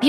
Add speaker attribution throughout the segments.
Speaker 1: 美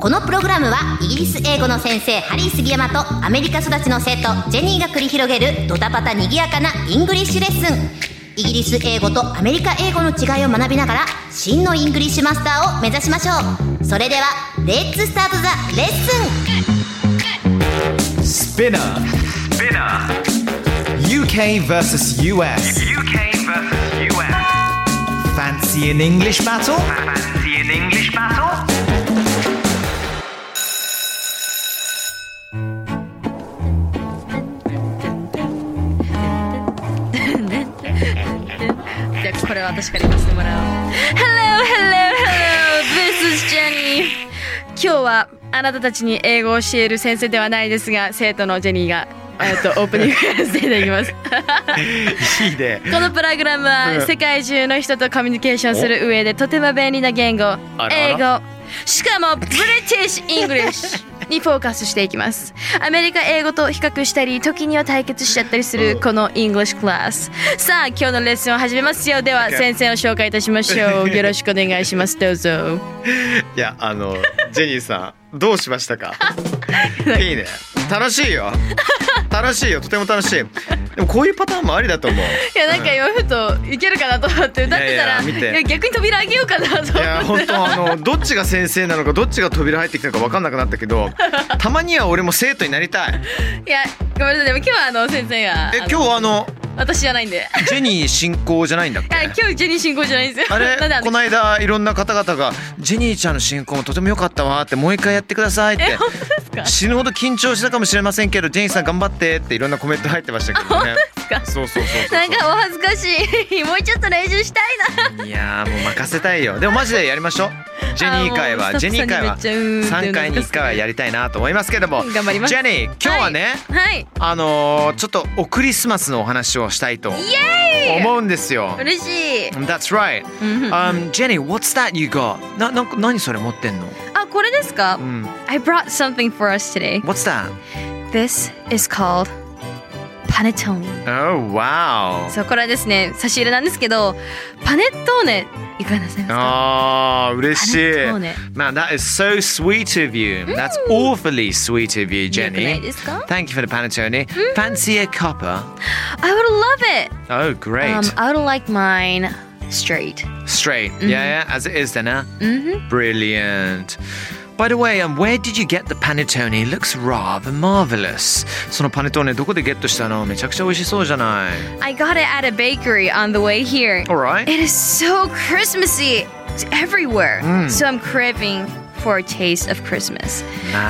Speaker 2: このプログラムはイギリス英語の先生ハリー杉山とアメリカ育ちの生徒ジェニーが繰り広げるドタパタにぎやかなイングリッシュレッスンイギリス英語とアメリカ英語の違いを学びながら真のイングリッシュマスターを目指しましょうそれではレッツスタートザレッスン
Speaker 3: Spinner.
Speaker 4: Spinner.
Speaker 3: UK versus US.
Speaker 4: UK versus US.
Speaker 3: Fancy an English battle?
Speaker 4: Fancy an English battle?
Speaker 5: じゃあこれは私から言わせてもらおう Hello, hello, hello, this is Jenny 今日はあなたたちに英語を教える先生ではないですが生徒のジェニーがえっとオープニングをやらせていただきますこのプログラムは世界中の人とコミュニケーションする上でとても便利な言語英語しかもブリティッシュ・イングリッ シュにフォーカスしていきますアメリカ英語と比較したり時には対決しちゃったりするこのイングリッシュクラスさあ今日のレッスンを始めますよでは先生を紹介いたしましょうよろしくお願いし ますどうぞ
Speaker 6: いやあのジェニーさんどうしまし たかいいね楽しいよ楽しいよとても楽しいでもこういうパターンもありだと思う
Speaker 5: いやなんか今ふといけるかなと思って歌ってたら
Speaker 6: いやいや見て
Speaker 5: いや逆に扉開けようかなと思っ
Speaker 6: いや本
Speaker 5: て
Speaker 6: 当あのどっちが先生なのかどっちが扉入ってきたのか分かんなくなった けどたまには俺も生徒になりたい
Speaker 5: いやごめんなさいでも今日はあの先生が
Speaker 6: え
Speaker 5: あの
Speaker 6: 今日あの
Speaker 5: 私じゃないんで
Speaker 6: ジェニー進行じゃないんだっ
Speaker 5: いや
Speaker 6: け
Speaker 5: 今日ジェニー進行じゃないんですよ
Speaker 6: あ
Speaker 5: なんで
Speaker 6: れ
Speaker 5: あの
Speaker 6: この間いろんな方々が「ジェニーちゃんの進行もとても良かったわ」って「もう一回やってください」って
Speaker 5: か
Speaker 6: 死ぬほど緊張したかもしれませんけどジェニーさん頑張ってっていろんなコメント入ってましたけどね
Speaker 5: か
Speaker 6: そうそうそうそうそう
Speaker 5: なんかお恥ずかし いもうちょっと練習したい ない
Speaker 6: やーもう任せたいよでもマジでやり ましょうジェニー会
Speaker 5: あーも
Speaker 6: は
Speaker 5: う
Speaker 6: ジェニー会は
Speaker 5: スタッフさんにめっちゃうーんって
Speaker 6: 3回に1回はやりたいなと思いますけども
Speaker 5: 頑張ります
Speaker 6: ジェニー今日はね、
Speaker 5: はい
Speaker 6: あのーちょっとおクリスマスのお話をしたいと思うんですよ
Speaker 5: 嬉しい
Speaker 6: That's right、um, Jenny what's that you got ななんか何それ持ってんの
Speaker 5: あこれですか、
Speaker 6: うん
Speaker 5: I brought something for us today
Speaker 6: What's that
Speaker 5: This is called Panettone
Speaker 6: Oh wow
Speaker 5: そうこれはですね差し入れなんですけどパネットーネいかがなさいますか
Speaker 6: あー嬉しい
Speaker 5: パネットーネ
Speaker 6: Man that is so sweet of you That's awfully sweet of you
Speaker 5: よくない
Speaker 6: Jenny
Speaker 5: ですか
Speaker 6: Thank you for the panettone Fancy a copper
Speaker 5: I would love it
Speaker 6: Oh, great.
Speaker 5: Um, I would like mine straight.
Speaker 6: Straight.
Speaker 5: mm-hmm.
Speaker 6: Yeah, yeah, as it is then, huh? Mm-hmm. Brilliant. By the way, um, where did you get the panettone? It looks rather marvelous. そのパネトーネどこでゲットしたのめちゃくちゃ美味しそうじゃない。
Speaker 5: I got it at a bakery on the way here.
Speaker 6: Alright.
Speaker 5: It is so Christmassy. It's everywhere. So I'm craving for a taste of Christmas.
Speaker 6: な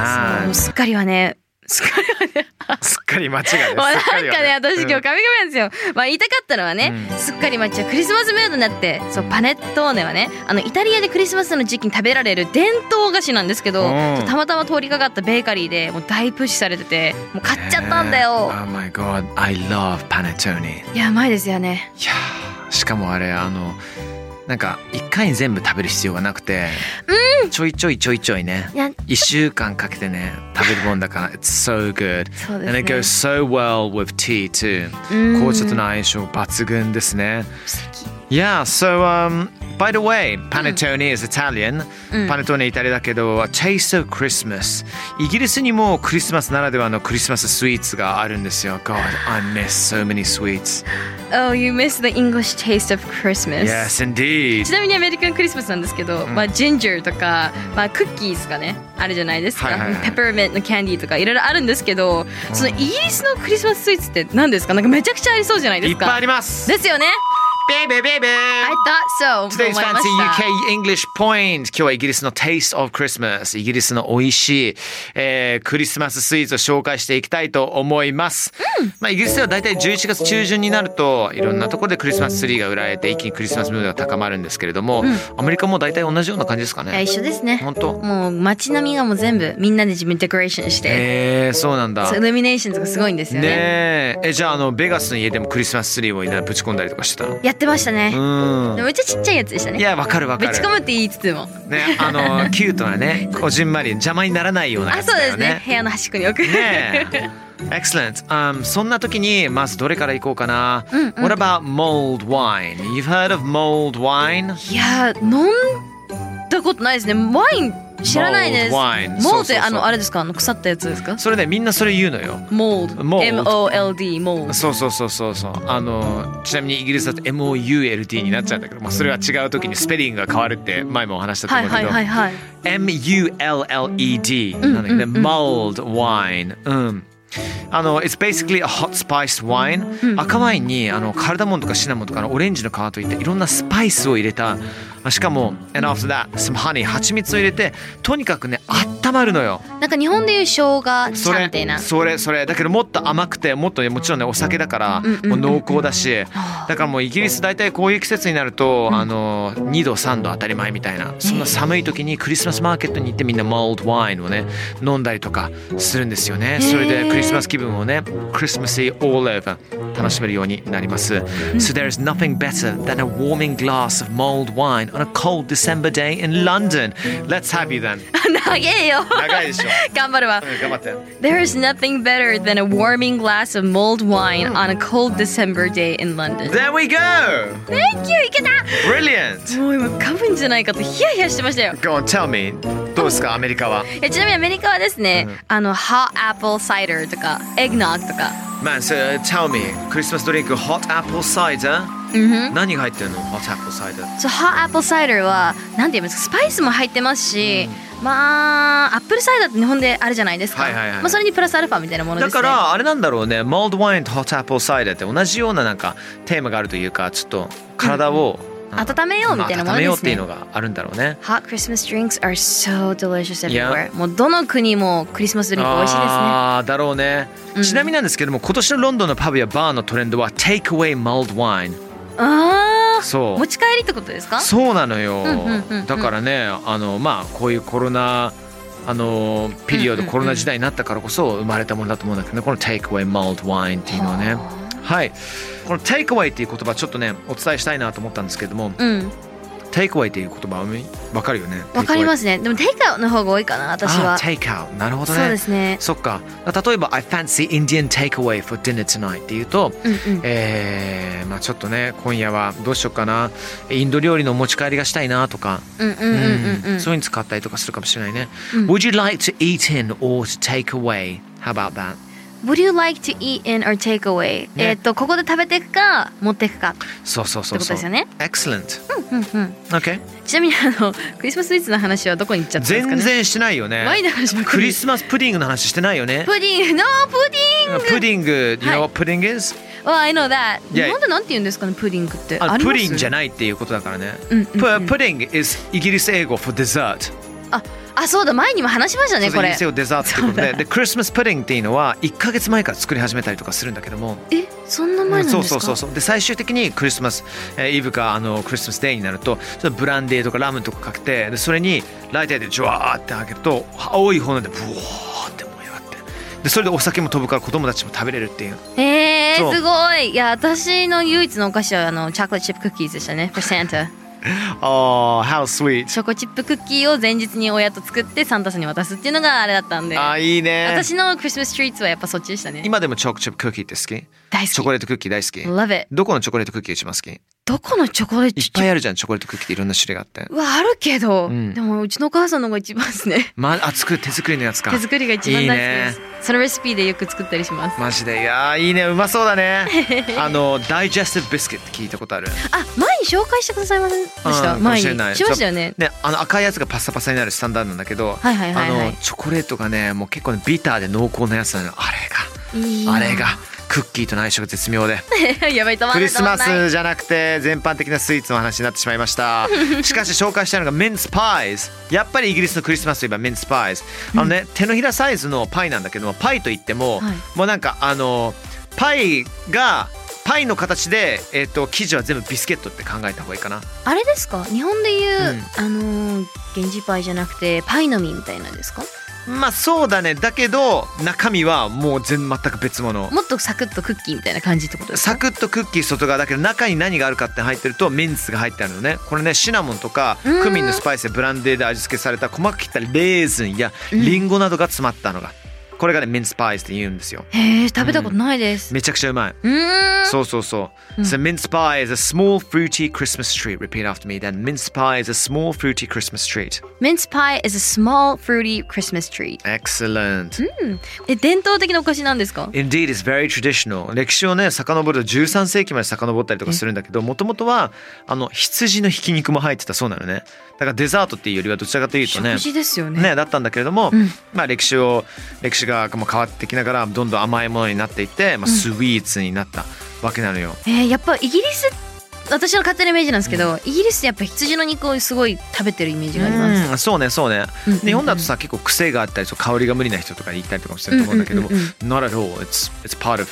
Speaker 5: もう
Speaker 6: あ、
Speaker 5: すっかりはね、すっかり はね。
Speaker 6: すっかり間違いです。
Speaker 5: もう なんかね、私今日カミ
Speaker 6: 日。
Speaker 5: カミなんですよ。まあ言いたかったのはね、すっかり抹茶クリスマスムードになって、そうパネットーネはね、あのイタリアでクリスマスの時期に食べられる伝統菓子なんですけど、
Speaker 6: うん
Speaker 5: そうたまたま通りかかったベーカリーでもう大プッシュされてて、もう買っちゃったんだよ。
Speaker 6: Oh my god, I love panettone.
Speaker 5: やばいですよね。
Speaker 6: いやーしかもあれあのなんか一回に全部食べる必要がなくて、ちょいちょいちょいちょいね
Speaker 5: や
Speaker 6: 一週間かけてね食べるもんだから It's so good
Speaker 5: そうですね
Speaker 6: and it goes so well with tea too
Speaker 5: うん
Speaker 6: 紅茶との相性抜群ですね Yeah so um by the way panettone is Italian、パネトーネイタリアだけど A taste of Christmas イギリスにもクリスマスならではのクリスマススイーツがあるんですよ God I miss so many sweets
Speaker 5: Oh, you missed the English taste of Christmas.
Speaker 6: Yes indeed
Speaker 5: ちなみにアメリカンクリスマスなんですけど、まあジンジャーとか、まあクッキーとかね、あるじゃないですか。
Speaker 6: はいはいはい
Speaker 5: ペパーメントのキャンディーとかいろいろあるんですけど、そのイギリスのクリスマススイーツって何ですか？なんかめちゃくちゃありそうじゃないで
Speaker 6: い
Speaker 5: す
Speaker 6: っ
Speaker 5: か。
Speaker 6: ぱいあります
Speaker 5: ですよね。
Speaker 6: ベイベーベイベー
Speaker 5: I thought so. と
Speaker 6: Today's
Speaker 5: 思いま
Speaker 6: Fancy
Speaker 5: した
Speaker 6: UK English Point 今日はイギリスの Taste of Christmas イギリスの美味しい、えークリスマススイーツを紹介していきたいと思います、まあ、イギリスでは大体11月中旬になるといろんなところでクリスマスツリーが売られて一気にクリスマスムードが高まるんですけれども、アメリカも大体同じような感じですか
Speaker 5: いや
Speaker 6: ね
Speaker 5: 一緒ですね。
Speaker 6: 本当
Speaker 5: もう街並みがもう全部みんなで自分デコレーションして、
Speaker 6: えー、そうなんだ
Speaker 5: そうイルミネーションとかすごいんですよね。
Speaker 6: ねええじゃああのベガスの家でもクリスマスツリーをいなぶち込んだりとかしてたの
Speaker 5: やってましたね。
Speaker 6: う
Speaker 5: でもめっちゃちっちゃいやつでした
Speaker 6: ん
Speaker 5: ね。
Speaker 6: いやわかるわか
Speaker 5: ぶ
Speaker 6: る
Speaker 5: ち込むって言いつつも。
Speaker 6: ねあのキュートなねこじんまり邪魔にならないような
Speaker 5: あ
Speaker 6: やつ
Speaker 5: そう
Speaker 6: だ
Speaker 5: で
Speaker 6: よ
Speaker 5: すね
Speaker 6: ね。
Speaker 5: 部屋の端っこに置く。
Speaker 6: ねえ Excellent. Um, そんな時にまずどれから行こうかな、
Speaker 5: うんうん
Speaker 6: What about mulled wine? You've heard of mulled wine?
Speaker 5: いやー飲んだことないですね。ワイン知らないです。
Speaker 6: Mold wine
Speaker 5: モー
Speaker 6: そう
Speaker 5: ル
Speaker 6: そうそう
Speaker 5: あのあれですかあの腐ったやつですか？
Speaker 6: それでみんなそれ言うのよ。
Speaker 5: モール。
Speaker 6: Mold
Speaker 5: M O L D モール。
Speaker 6: そうそうそうそうそうあのちなみにイギリスだと MOULT になっちゃうんだけど、まあ、それは違う時にスペリングが変わるって前もお話ししたと
Speaker 5: は
Speaker 6: 思
Speaker 5: いう
Speaker 6: けど、
Speaker 5: はいはいはい。
Speaker 6: M-U-L-L-E-D なんだけどね、mulled wine うんあの It's basically a hot spiced wine、赤ワインにあのカルダモンとかシナモンとかのオレンジの皮といったいろんなスパイスを入れたあしかも and after that some honey 蜂蜜を入れてとにかくね温まるのよ
Speaker 5: なんか日本でいう生姜茶
Speaker 6: それ
Speaker 5: みたいな。
Speaker 6: それそれだけどもっと甘くてもっとねもちろんねお酒だから
Speaker 5: うんうんうん
Speaker 6: もう濃厚だしだからもうイギリス大体こういう季節になるとあの2度3度当たり前みたいなそんな寒い時にクリスマスマーケットに行ってみんな mulled wine をね飲んだりとかするんですよねそれでクリスマス気分をね Christmassy all over 楽しめるようになります So there is nothing better than a warming glass of mulled wine on a cold December day in London Let's have you then
Speaker 5: 長えよ。
Speaker 6: 長いでしょ
Speaker 5: 頑張るわ。
Speaker 6: 頑張って
Speaker 5: There is nothing better than a warming glass of mulled wine on a cold December day in London.
Speaker 6: There we go!
Speaker 5: Thank you! いけた
Speaker 6: Brilliant!
Speaker 5: もう今、かぶんじゃないかとヒヤヒヤしてましたよ。
Speaker 6: Go on, tell me. どうですか、アメリカは。
Speaker 5: えちなみにアメリカはですね、あの、hot apple cider とか、eggnog とか、
Speaker 6: Man, so、tell me. クリスマスドリンク、hot apple cider? 何が入ってるの ?hot apple cider。
Speaker 5: そう、hot apple cider は、なんて言いますか、スパイスも入ってますし、まあ、アップルサイダーって日本であるじゃないですか。
Speaker 6: はいはいはい
Speaker 5: まあ、それにプラスアルファみたいなものです
Speaker 6: だ
Speaker 5: ね。
Speaker 6: から、あれなんだろうね。mulled wine と hot apple cider って同じようななんかテーマがあるというか、ちょっと体を、なんか
Speaker 5: 温めようみたいなもの
Speaker 6: 温め
Speaker 5: で
Speaker 6: ようっ
Speaker 5: す
Speaker 6: ていう
Speaker 5: ね
Speaker 6: の。があるんだろうね。
Speaker 5: Hot Christmas drinks are so delicious everywhere.
Speaker 6: Yeah.
Speaker 5: もうどの国もクリスマスドリンク美味しいですね。
Speaker 6: ああ、だろうね、
Speaker 5: うん
Speaker 6: ちなみになんですけども、今年のロンドンのパブやバーのトレンドは、take away mulled wine。
Speaker 5: あ
Speaker 6: そ
Speaker 5: あ
Speaker 6: う。
Speaker 5: 持ち帰りってことですか
Speaker 6: そうなの
Speaker 5: うん
Speaker 6: よ、
Speaker 5: うんうんうん
Speaker 6: だからねあのまあこういうコロナあのピリオド、
Speaker 5: うんうんうん
Speaker 6: コロナ時代になったからこそ生まれたものだと思うんだけどねこの Takeaway Mulled Wine っていうのはねはいこの Takeaway っていう言葉ちょっとねお伝えしたいなと思ったんですけども
Speaker 5: うん、
Speaker 6: Takeaway っていう言葉わかるよね
Speaker 5: わかりますすね。でもテイクアウトの方が多いかな、私は。
Speaker 6: あ Takeout なるほどね
Speaker 5: そうですね。
Speaker 6: そっか例えば I fancy Indian takeaway for dinner tonight っていうと、
Speaker 5: うんうん。
Speaker 6: えーまあ、ちょっとね今夜はどうしようかなインド料理のお持ち帰りがしたいなとか
Speaker 5: うんうんうんうんうん。
Speaker 6: そういうの使ったりとかするかもしれないね。
Speaker 5: うん
Speaker 6: Would you like to eat in or to take away? How about that?
Speaker 5: Would you like to eat in or take away?、
Speaker 6: ね
Speaker 5: えっと、ここで食べていくか、持っていくかって
Speaker 6: そうそうそう
Speaker 5: こと
Speaker 6: そ
Speaker 5: で
Speaker 6: う。
Speaker 5: すよね。
Speaker 6: Excellent.
Speaker 5: うんうん。
Speaker 6: Okay.
Speaker 5: ちなみに、あの、クリスマススイーツの話はどこに行っちゃったんですか
Speaker 6: 全
Speaker 5: ね。
Speaker 6: 然してないよね
Speaker 5: ワインの話ばっかり
Speaker 6: クリスマスプディングの話してないよね。
Speaker 5: プディング、No プディング
Speaker 6: プディング、you
Speaker 5: はい
Speaker 6: know what pudding is?
Speaker 5: Well, I know that.
Speaker 6: いや
Speaker 5: 日本でなんて言うんですかね、プディングって。
Speaker 6: あ
Speaker 5: あり
Speaker 6: プ
Speaker 5: ます
Speaker 6: ディンじゃないっていうことだからね。
Speaker 5: うんうんうん
Speaker 6: Pu- Pudding is イギリス英語 for dessert。
Speaker 5: あ、あ、そうだ、前にも話しました
Speaker 6: そ
Speaker 5: ね、
Speaker 6: うそう
Speaker 5: これ
Speaker 6: イギリス英。語デザートってことで、で、クリスマスプディングっていうのは1ヶ月前から作り始めたりとかするんだけども、
Speaker 5: え、そんな前なんです
Speaker 6: そ
Speaker 5: か
Speaker 6: うそうそうそうで最終的にクリスマス、えーイブかあのクリスマスデーになるとちょっとブランデーとかラムとかかけてでそれにライターでジュワーってあげると青い炎でブワーって燃え上がってでそれでお酒も飛ぶから子供たちも食べれるっていう
Speaker 5: え
Speaker 6: そ
Speaker 5: ー、
Speaker 6: う
Speaker 5: すごいいや私の唯一のお菓子はあのチョコレートチップクッキーズでしたね for Santa
Speaker 6: ああ how sweet
Speaker 5: チョコチップクッキーを前日に親と作ってサンタさんに渡すっていうのがあれだったんで
Speaker 6: あーいいね
Speaker 5: 私のクリスマストリーツはやっぱそっちでしたね
Speaker 6: 今でもチョコチップクッキーって好き
Speaker 5: 大好き
Speaker 6: チョコレートクッキー大好き
Speaker 5: Love it
Speaker 6: どこのチョコレートクッキー一番好きいっ
Speaker 5: どこのチョコレートチッ
Speaker 6: ぱ
Speaker 5: プ
Speaker 6: いあるじゃんチョコレートクッキーっていろんな種類があって
Speaker 5: うわあるけど、
Speaker 6: うん
Speaker 5: でもうちのお母さんの方が一番ですね
Speaker 6: まあ作る手作りのやつか
Speaker 5: 手作りが一番大好きです
Speaker 6: いい
Speaker 5: そのレシピでよく作ったりします
Speaker 6: マジでいやーいいねうまそうだねあのダイジェスティブビスケット聞いたことある
Speaker 5: あ前に紹介してくださいませんでした
Speaker 6: うんかも
Speaker 5: 前
Speaker 6: し
Speaker 5: に
Speaker 6: れ
Speaker 5: し
Speaker 6: な
Speaker 5: ま
Speaker 6: い
Speaker 5: したよね
Speaker 6: ね、あの赤いやつがパッサパサになるスタンダードなんだけど、
Speaker 5: はいはいはいはい
Speaker 6: あのチョコレートがねもう結構ねビターで濃厚なやつなのあれが、
Speaker 5: いいな
Speaker 6: あれがクッキーとの相性が絶妙で
Speaker 5: やばい止まんない
Speaker 6: クリスマ
Speaker 5: 止まんない
Speaker 6: スじゃなくて全般的なスイーツの話になってしまいました しかし紹介したいのがメンツパイズやっぱりイギリスのクリスマスといえばメンツパイズあのね、手のひらサイズのパイなんだけどもパイといっても、
Speaker 5: はい
Speaker 6: もうなんかあのパイがパイの形で、えっと生地は全部ビスケットって考えた方がいいかな
Speaker 5: あれですか日本でいう、
Speaker 6: うん
Speaker 5: あのー源氏パイじゃなくてパイの実みたいなんですか
Speaker 6: まあそうだねだけど中身はもう全全く別物
Speaker 5: もっとサクッとクッキーみたいな感じってことですか
Speaker 6: サクッとクッキー外側だけど中に何があるかって入ってるとメンツが入ってあるのねこれねシナモンとか
Speaker 5: うん
Speaker 6: クミンのスパイスやブランデーで味付けされた細かく切ったレーズンやリンゴなどが詰まったのが、これがねメンツパイスって言うんですよ
Speaker 5: へえ食べたことないです
Speaker 6: めちゃくちゃうまい
Speaker 5: うんーん
Speaker 6: そうそうそう。So mince pie is a small fruity Christmas treat. Repeat after me. Then mince pie is a small fruity Christmas treat.
Speaker 5: Mince pie is a small fruity Christmas tree
Speaker 6: Excellent.
Speaker 5: え伝統的なお菓子なんですか
Speaker 6: Indeed, it's very traditional. 歴史をね、遡ると13世紀まで遡ったりとかするんだけど、もともとは、あの、羊のひき肉も入ってたそうなのね。だからデザートっていうよりはどちらかというとね
Speaker 5: 食、事ですよね
Speaker 6: ね、だったんだけれども、まあ歴史を、歴史がまあ変わってきながら、どんどん甘いものになっていって、まあスイーツになったわけなのよ。
Speaker 5: えーやっぱイギリス私の勝手なイメージなんですけど、イギリスってやっぱ羊の肉をすごい食べてるイメージがあります、
Speaker 6: うん、そうねそうね、
Speaker 5: うんうん
Speaker 6: 日本だとさ結構癖があったりとか香りが無理な人とかいたりとかもしてると思うんだけども、
Speaker 5: うんうんうん
Speaker 6: not at all it's it's part of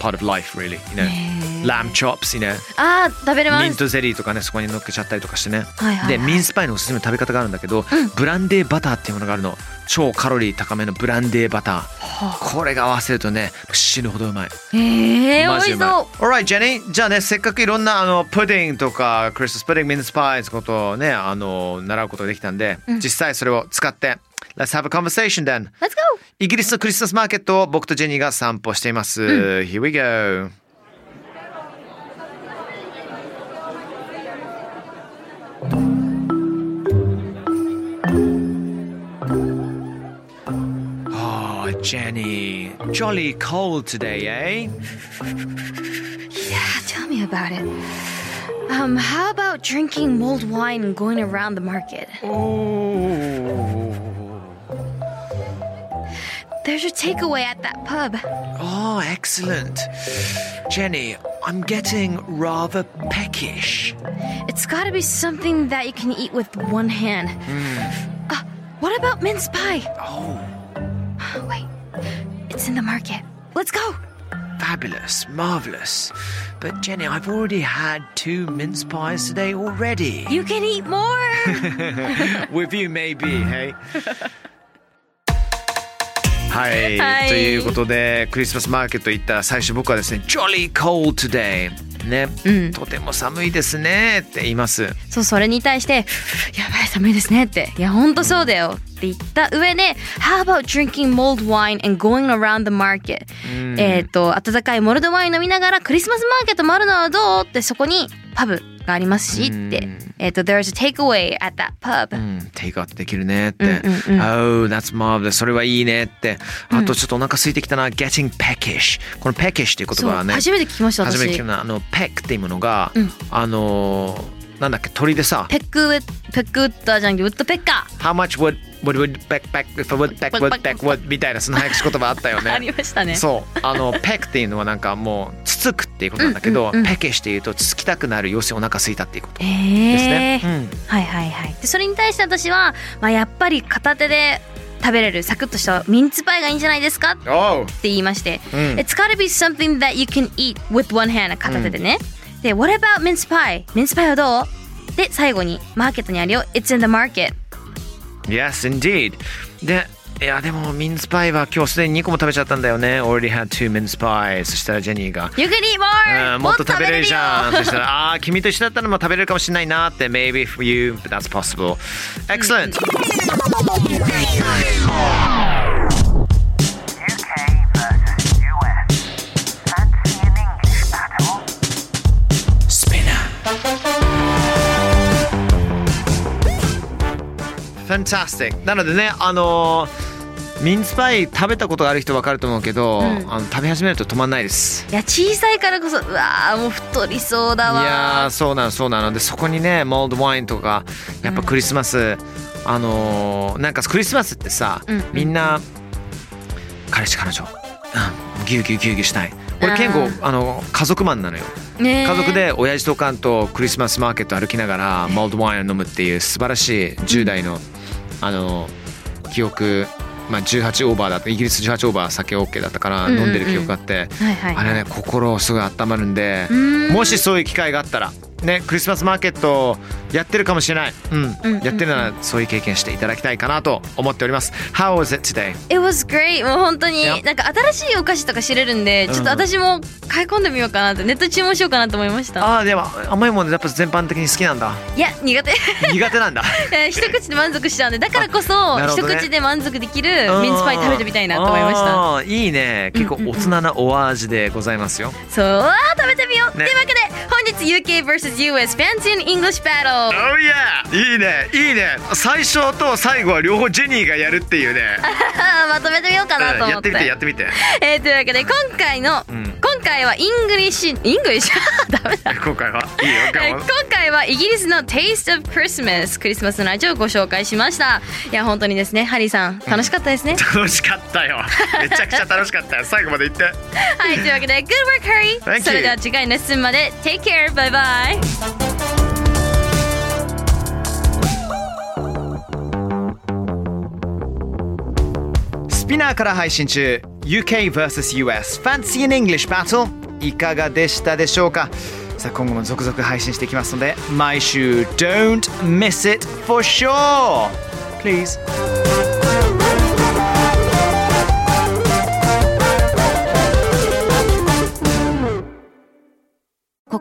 Speaker 6: part of life really you know、
Speaker 5: へー
Speaker 6: lamb chops you know
Speaker 5: あー食べれま
Speaker 6: ミン
Speaker 5: す
Speaker 6: トゼリーとかねそこに乗っけちゃったりとかしてね、
Speaker 5: はいはい
Speaker 6: でミンスパイのおすすめの食べ方があるんだけど、ブランデーバターっていうものがあるの超カロリー高めのブランデーバターこれが合わせるとね死ぬほどうまい
Speaker 5: えー、美味し
Speaker 6: うまい
Speaker 5: そう
Speaker 6: Alright, Jenny. じゃあね、せっかくいろんなあのプディングとかクリスマスプディング、ミンスパイズことをね、あの習うことができたんで、実際それを使って、Let's have a conversation then.
Speaker 5: Let's go
Speaker 6: イギリスのクリスマスマーケットを僕とジェニーが散歩しています。Here we go. ああ、ジェニー、jolly cold today, eh?
Speaker 5: Yeah, tell me about it Um, how about drinking mulled wine and going around the market? There's a takeaway at that pub.
Speaker 6: Oh, excellent. Jenny, I'm getting rather peckish.
Speaker 5: It's gotta be something that you can eat with one hand. Uh, what about mince pie?
Speaker 6: Oh,
Speaker 5: Wait, it's in the market. Let's go!
Speaker 6: fabulous, marvelous. But Jenny, I've already had two mince pies today already.
Speaker 5: You can eat more!
Speaker 6: With you, maybe, hey? はい、
Speaker 5: はい
Speaker 6: ということでクリスマスマーケット行った最初僕はですね「Jolly cold today」ね、とても寒いですねって言います
Speaker 5: そうそれに対して「やばい寒いですね」って「いやほんとそうだよ」って言った上で「How about drinking mulled wine and going around the market?、えっ、と温かいモルドワイン飲みながらクリスマスマーケット回るのはどうってそこにパブがありますしって、えっ、と「There's a takeaway at that pub、
Speaker 6: うん、テイクアウトできるねって。Oh, that's marvelous. それはいいねって。あとちょっとお腹空いてきたな。Getting peckish. この peckish っていう
Speaker 5: そう
Speaker 6: 言葉はね、
Speaker 5: 初めて聞きました
Speaker 6: 初めて聞
Speaker 5: 私
Speaker 6: くのは、あの、peck っていうものが、あのー、なんだっけ、鳥でさ、
Speaker 5: ペックウェペックウッドじゃなくてウッドペッカ
Speaker 6: How much would, would, would, peck, peck, if a would, peck, would, peck, would みたいなその早口言葉あったよ
Speaker 5: ー、 あり
Speaker 6: ね。
Speaker 5: ましたね
Speaker 6: そうあの peck っていうのはなんかもうつつくっていうことなんだけど、peckish っていうとつつきたくなる要するにお腹空いたっていうこと
Speaker 5: え
Speaker 6: ですね。
Speaker 5: ー
Speaker 6: うん
Speaker 5: はいはいはいでそれに対して私は、まあ、やっぱり片手で食べれるサクッとしたミンツパイがいいんじゃないですか
Speaker 6: Oh,
Speaker 5: って言いまして、
Speaker 6: ん
Speaker 5: It's gotta be something that you can eat with one hand 片手でね、で What about mince pie? ミンスパイはどうで最後にマーケットにあるよ It's in the market
Speaker 6: Yes, indeed. で、いやでもミンスパイは今日すでに2個も食べちゃったんだよね。Already had two mince pie. そしたらジェニーが。
Speaker 5: You can eat
Speaker 6: う
Speaker 5: more!
Speaker 6: んもっと食べれるじゃん。
Speaker 5: もっと
Speaker 6: そし
Speaker 5: 食べ
Speaker 6: た
Speaker 5: れるよ
Speaker 6: ら、ああー、君と一緒だったらもう食べれるかもしれないなって。Maybe for you, but that's possible. Excellent.
Speaker 4: UK versus US. Fancy an English battle?
Speaker 6: Fantastic. なのでね、あのーミンスパイ食べたことがある人わかると思うけど、あの食べ始めると止まんないです。
Speaker 5: いや小さいからこそうわーもう太りそうだ
Speaker 6: いや
Speaker 5: わ
Speaker 6: ーそうなのそうなのでそこにねモールドワインとかやっぱクリスマス、あのーなんかクリスマスってさ、
Speaker 5: うん
Speaker 6: みんな彼氏彼女、うん、ギュウギュウギュウギュウしたい俺健吾あの家族マンなのよ
Speaker 5: ねえ
Speaker 6: 家族で親父とおかんとクリスマスマーケット歩きながらモールドワインを飲むっていう素晴らしい10代のあの記憶まあ18オーバーだったイギリス18オーバー酒 OK だったから
Speaker 5: うんうん
Speaker 6: 飲んでる記憶があって
Speaker 5: はいはい
Speaker 6: あれね心すごい温まるんで
Speaker 5: うん
Speaker 6: もしそういう機会があったらねクリスマスマーケットやってるかもしれない
Speaker 5: うん
Speaker 6: う
Speaker 5: うん
Speaker 6: んやってるならそういう経験していただきたいかなと思っております How was it today?
Speaker 5: It was great もう本当に
Speaker 6: Yeah.
Speaker 5: なんか新しいお菓子とか知れるんでちょっと
Speaker 6: うんうん
Speaker 5: 私も買い込んでみようかなってネット注文しようかなと思いました
Speaker 6: ああでも甘いものやっぱ全般的に好きなんだ
Speaker 5: いや苦手
Speaker 6: 苦手なんだ
Speaker 5: えー一口で満足しちゃうんでだからこそ、
Speaker 6: あなるほ
Speaker 5: 一
Speaker 6: どね
Speaker 5: 口で満足できるミンスパイ食べてみたいなと思いました
Speaker 6: たいいね結構大人なお味でございますよ、
Speaker 5: そうあー食べてみよう、
Speaker 6: ね
Speaker 5: というわけで本日 UKVSUS Fancy and English Battle
Speaker 6: おいやいいねいいね最初と最後は両方ジェニーがやるっていうね、
Speaker 5: あーまとめてみようかなと
Speaker 6: うん
Speaker 5: 思
Speaker 6: や
Speaker 5: っ,、
Speaker 6: っててみてやってみて
Speaker 5: えーというわけで今回の、
Speaker 6: ん
Speaker 5: 今回はイングリッシュイングリッシュ ダメだ
Speaker 6: 今回はいいよ
Speaker 5: え
Speaker 6: 頑
Speaker 5: 今
Speaker 6: 張ろう
Speaker 5: 回はイギリスの Taste of Christmas クリスマスの味をご紹介しましたいや本当にですねハリーさん楽しかった ですね、
Speaker 6: 楽しかったよめちゃくちゃ楽しかったよ最後まで行って
Speaker 5: はいというわけで Good work
Speaker 6: Thank
Speaker 5: Harry
Speaker 6: you
Speaker 5: それでは次回のレッスンまで Take care bye bye
Speaker 3: Spinner から配信中 UK vs.US Fancy in English Battle いかがでしたでしょうかさあ今後も続々配信していきますので毎週 Don't miss it for sure Please